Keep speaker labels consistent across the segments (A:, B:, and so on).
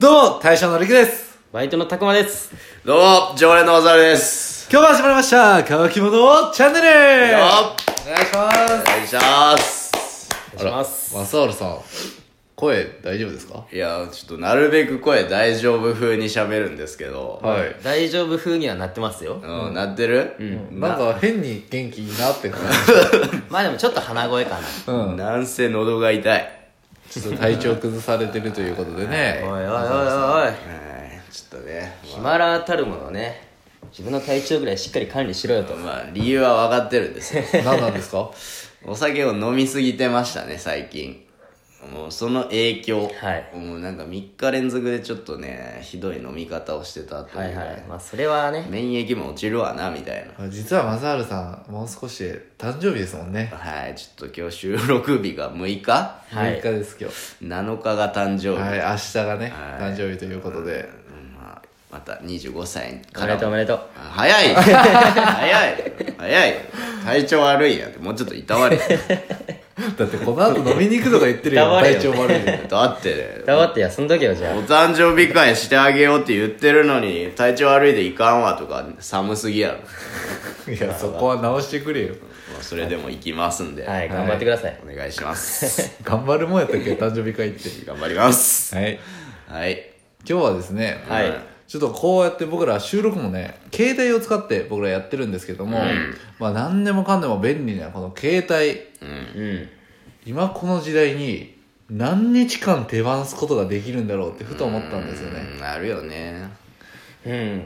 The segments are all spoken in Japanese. A: どうも、大将のりくです。
B: バイトのたくまです。
C: どうも、常連の小沢です。
A: 今日も始まりました、乾き物チャンネルお
C: よっ
A: 願いします。
C: お願いします。
B: お願いします。
D: マサールさん、声大丈夫ですか
C: いや、ちょっとなるべく声大丈夫風に喋るんですけど。
D: はい。
B: 大丈夫風にはなってますよ。
C: うん、なってるうん。
D: なんか変に元気になってる
B: まあでもちょっと鼻声かな。
D: うん。
C: なんせ喉が痛い。
D: ちょっと体調崩されてるということで ね。
B: おいおいおいおい。
C: はい、ちょっとね。
B: ヒマラーたるものをね、自分の体調ぐらいしっかり管理しろよと。
C: まあ、理由は分かってるんですよ。
D: 何なんですか
C: お酒を飲みすぎてましたね、最近。もうその影響。
B: はい
C: もうなんか3日連続でちょっとね、ひどい飲み方をしてたと
B: はいいうはい。まあそれはね、
C: 免疫も落ちるわな、みたいな。
D: 実はマサールさん、もう少しで誕生日ですもんね。
C: はい、ちょっと今日収録日が6日
B: はい
D: 6日です、今
C: ?7 日が誕生日。
D: 日。はい、明日がね、
C: はい
D: 誕生日ということで。
C: うんまあ、また25歳
B: おめ
C: から
B: でとうおめでとう。
C: あ早い早い早い体調悪いやんってもうちょっといたわれよ
D: だってこの後飲みに行くとか言ってるよ、
B: 黙れよ
D: 体調悪いんで。
C: だってね
B: 黙って休んどけよ、じゃ
C: お誕生日会してあげようって言ってるのに体調悪いでいかんわとか寒すぎやろ、
D: いや、そこは直してくれよ。
C: まあそれでも行きますんで、
B: あ。はい、頑張ってください。
C: お願いします
D: 頑張るもんやったっけ、誕生日会って。
C: 頑張ります
D: はい。
C: はい
D: 今日はですね、
B: はい
D: ちょっとこうやって僕ら収録もね携帯を使って僕らやってるんですけども、まあ何でもかんでも便利なこの携帯
B: うん。
D: 今この時代に何日間手放すことができるんだろうってふと思ったんですよね
C: うんあるよね
B: うん。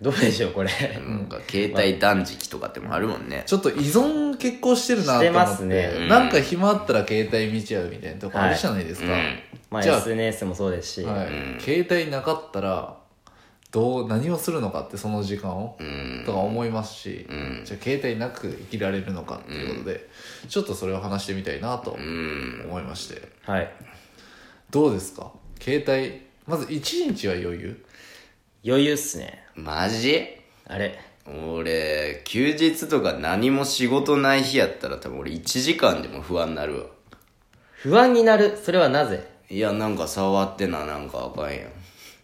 B: どうでしょう、 これ。
C: なんか携帯断食とかってもあるもんね、
D: ちょっと依存結構してるなと思って
B: してますねうん
D: なんか暇あったら携帯見ちゃうみたいなとこあるじゃないですか、
C: はい
B: まあ
D: じゃあ
B: SNS もそうですし、
D: はい携帯なかったらどう何をするのかってその時間を、
C: うん
D: とか思いますし、
C: ん
D: じゃあ携帯なく生きられるのかっていうことで、ちょっとそれを話してみたいなと
C: ん
D: 思いまして、
B: はい。
D: どうですか携帯まず1日は余裕
B: 余裕っすね。
C: マジ
B: あれ。
C: 俺休日とか何も仕事ない日やったら多分俺1時間でも不安になるわ
B: 不安になる。それはなぜ
C: いやなんか触ってななんかあかんやん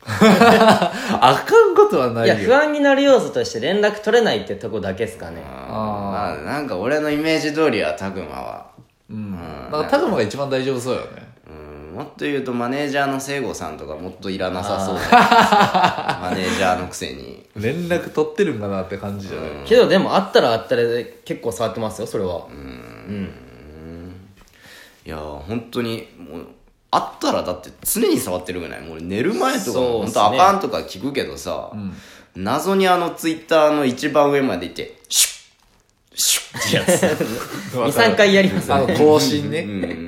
D: あかんことはないい
B: や、
D: よ
B: 不安になる要素として連絡取れないってとこだけっすかね。
C: まあなんか俺のイメージ通りはたくまは
D: うんだから拓磨が一番大丈夫そうよね
C: うんもっと言うとマネージャーの聖子さんとかもっといらなさそうだ なマネージャーのくせに
D: 連絡取ってるんかなって感じじゃない、
B: けどでもあったらあったらで結構触ってますよそれは、
C: いや本当にもうあったらだって常に触ってるぐらいもう寝る前とか
B: そう
C: も
B: っす
C: 本
B: ね
C: 当あかんとか聞くけどさ、謎にあのツイッターの一番上まで行ってシュッシュッってやつ
B: 23回やります
D: あの更新ね、
C: うん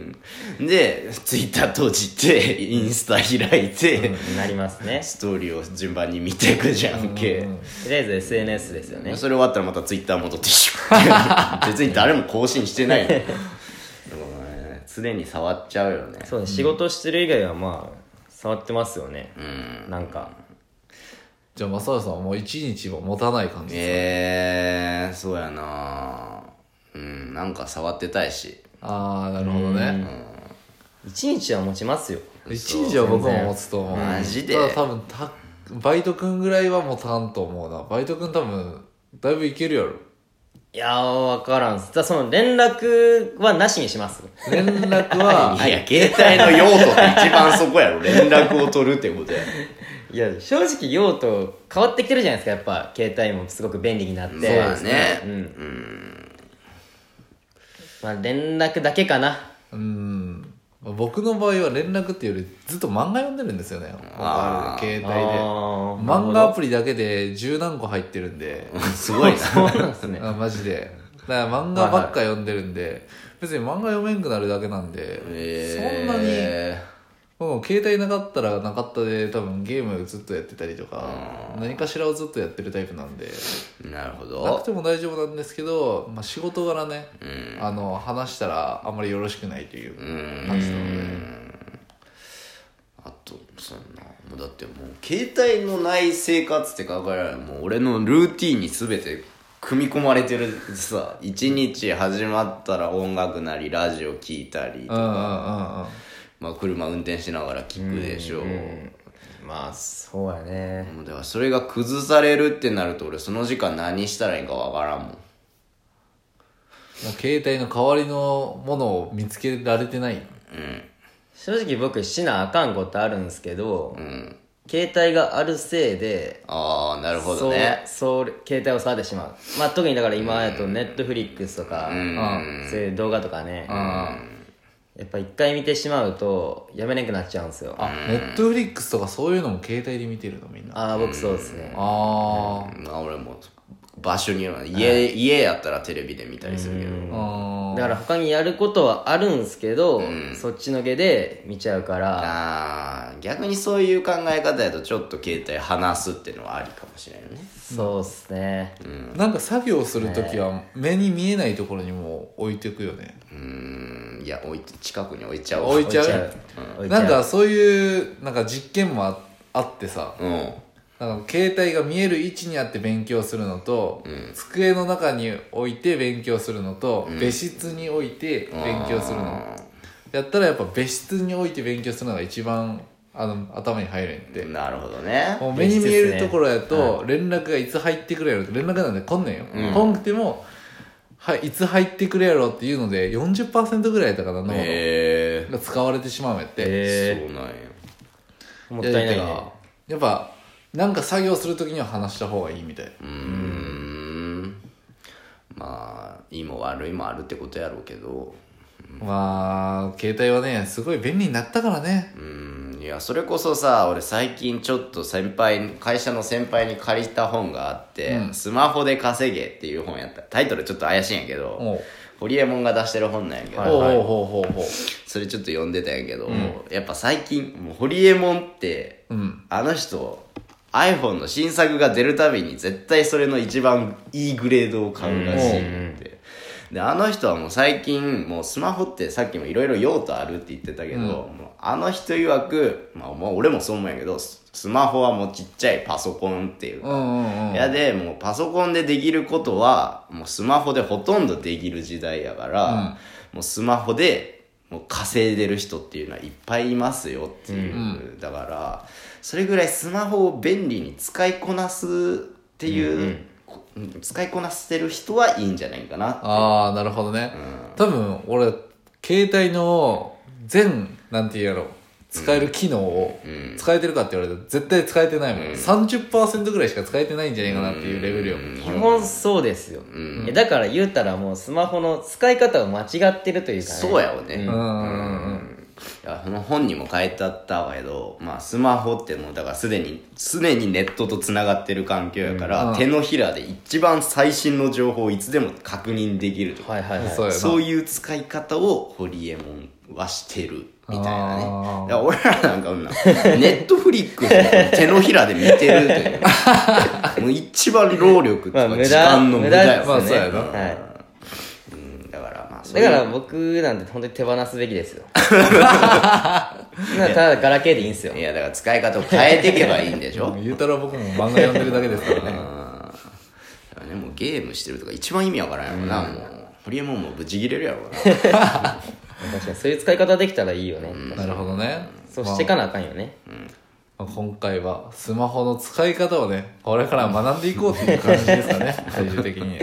C: で、ツイッター閉じて、インスタ開いて、
B: なりますね
C: ストーリーを順番に見ていくじゃんけ。
B: とりあえず SNS ですよね
C: それ終わったらまたツイッター戻ってしまう。別に誰も更新してないの。でもね常に触っちゃうよね。
B: そうね仕事してる以外はまあ触ってますよねなんか
D: じゃあ正原さんはもう1日も持たない感じですか、
C: えー、そうやなうん、なんか触ってたいし。
D: ああなるほどね
B: 1日は持ちますよ
D: 1日は僕も持つと思う
C: マジで
D: ただ多分たバイトくんぐらいは持たんと思うなバイトくん多分だいぶいけるやろ
B: いやー分からんっすだその連絡はなしにします
D: 連絡 は、
C: いや、携帯の用途って一番そこやろ。連絡を取るってことや。
B: いや正直用途変わってきてるじゃないですかやっぱ携帯もすごく便利になってそう
C: そうだね。
B: まあ連絡だけかな
D: うん僕の場合は連絡っていうよりずっと漫画読んでるんですよね
C: あー
D: 携帯で
B: あー
D: 漫画アプリだけで十何個入ってるんで
C: すごいな。
B: そうなんですね
D: あマジでだから漫画ばっか読んでるんで別に漫画読めんくなるだけなんで、
C: え
D: そんなに
C: ー
D: もう携帯なかったらなかったで多分ゲームずっとやってたりとか何かしらをずっとやってるタイプなんで
C: なる
D: な
C: ほ
D: く
C: ど。
D: ても大丈夫なんですけど、まあ、仕事柄ね、あの話したらあんまりよろしくないという感じなので、
C: あと、そんな、もうだってもう、携帯のない生活って考えられない。もう俺のルーティンに全て組み込まれてるさ、一日始まったら音楽なり、ラジオ聞いた
D: う、
C: り
D: んうんうんうん
C: まあ、車運転しながら聞くでしょう、
B: まあそうやね
C: もうだからそれが崩されるってなると俺その時間何したらいいかわからんもん
D: まあ携帯の代わりのものを見つけられてない
B: 正直僕しなあかんことあるんですけど、携帯があるせいで
C: ああなるほどね
B: そうそう携帯を触ってしまう、まあ、特にだから今やとネットフリックスとか、そういう動画とかね、やっぱ一回見てしまうとやめれなくなっちゃうんですよあ
D: ネットフリックスとかそういうのも携帯で見てるのみんなあ
B: あー僕そうですね
D: あ
C: まあ俺も場所によらない家家やったらテレビで見たりするけど
D: ーあ
B: だから他にやることはあるんすけど、そっちのけで見ちゃうから
C: あー逆にそういう考え方やとちょっと携帯離すっていうのはありかもしれないよね
B: そうっすね、
D: ーなんか作業するときは目に見えないところにも置いてくよね
C: うんいや置いて近くに置いちゃおう
D: 置いちゃ
B: 置いちゃ
D: う
B: ううん
D: なんかそういうなんか実験もああってさ
C: うん
D: なんか携帯が見える位置にあって勉強するのと、机の中に置いて勉強するのと、別室に置いて勉強するのやったらやっぱ別室に置いて勉強するのが一番あの頭に入るんやって、
C: なるほどね
D: もう目に見えるところやと連絡がいつ入ってくれやろって連絡なんで来んねんよ、来んくてもはいいつ入ってくれやろっていうので40%ぐらいだからの
C: へ
D: が使われてしまうんやって、
C: え
B: え
C: そうなんや
B: ー、もったいない
D: やだ
B: ね
D: からやっぱなんか作業するときには話した方がいいみたい、
C: うんまあいいも悪いもあるってことやろうけど
D: まあ携帯はねすごい便利になったからね
C: うんいやそれこそさ俺最近ちょっと先輩会社の先輩に借りた本があって「スマホで稼げ」っていう本やったタイトルちょっと怪しいんやけ
D: お
C: ど
D: う
C: ホリエモンが出してる本なんやけど、
D: ほうほうほうほうほ
C: それちょっと読んでたんやけど、やっぱ最近もうホリエモンって、
D: ううん
C: あの人 iPhone の新作が出るたびに絶対それの一番いいグレードを買うらしいって、であの人はもう最近もうスマホってさっきもいろいろ用途あるって言ってたけど、もうあの人曰く、まあ、もう俺もそう思うんやけどススマホはもうちっちゃいパソコンっていう
D: うんうんうん
C: いやでもうパソコンでできることはもうスマホでほとんどできる時代やから、もうスマホでもう稼いでる人っていうのはいっぱいいますよっていう、だからそれぐらいスマホを便利に使いこなすっていう、こうん使いこなせる人はいいんじゃないかな
D: ああなるほどね、多分俺携帯の全なんて言うやろ使える機能を使えてるかって言われたら絶対使えてないもん、30%ぐらいしか使えてないんじゃないかなっていうレベルよ、
B: 基本そうですよ、えだから言うたらもうスマホの使い方を間違ってるというか、ね、
C: そうやわね、
D: うんうんうん
C: いやこの本にも書いてあったけど、まあ、スマホってもうだからすでに常にネットとつながってる環境やから、手のひらで一番最新の情報をいつでも確認できるとか、
B: はいはいはい
D: そうやな
C: そういう使い方をホリエモンはしてるみたいなね
D: あー
C: だから俺らなんかこんなネットフリックスを手のひらで見てるというもう一番労力と
B: まあ
C: か
B: 無
C: 時
B: 駄
C: 間の無駄や
B: 無駄
C: わ
B: っ
C: ね
B: すね、
C: うん
B: はい
C: うんだからまあそう
B: だ
C: いう
B: から僕なんて本当に手放すべきですよ なんかただガラケーでいいんですよ
C: いやだから使い方を変えていけばいいんでしょ
D: もう言うたら僕も漫画読んでるだけですからね
C: だからねもうゲームしてるとか一番意味わからんやろな、もうホリエモンもブチギレるやろうな
B: 確かにそういう使い方できたらいいよね、
D: なるほどね
B: そうしてかなあかんよね、
D: まあ今回はスマホの使い方をねこれから学んでいこうっていう感じですかね 最終的に、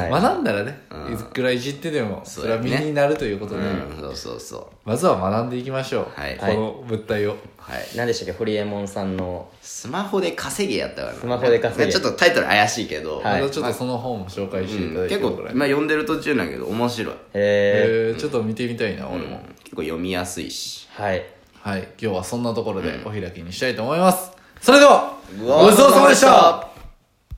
B: はい
D: 学んだらねいくらいじってでもそれは身になるということで、
C: うんそうそうそう
D: まずは学んでいきましょう、
C: はい
D: この物体を、
C: はい
B: 何でしたっけホリエモンさんの
C: スマホで稼げやったからな
B: スマホで稼げ
C: ねちょっとタイトル怪しいけど、
B: はい
D: またちょっとその本も紹介していただいて
C: 結構
D: ぐらい、
C: 今読んでる途中なんやけど面白い、
B: え
D: えーちょっと見てみたいな、俺も
C: 結構読みやすいし
B: ー、はい
D: はい今日はそんなところでお開きにしたいと思いますそれでは
C: ご
D: ごちそうさまでした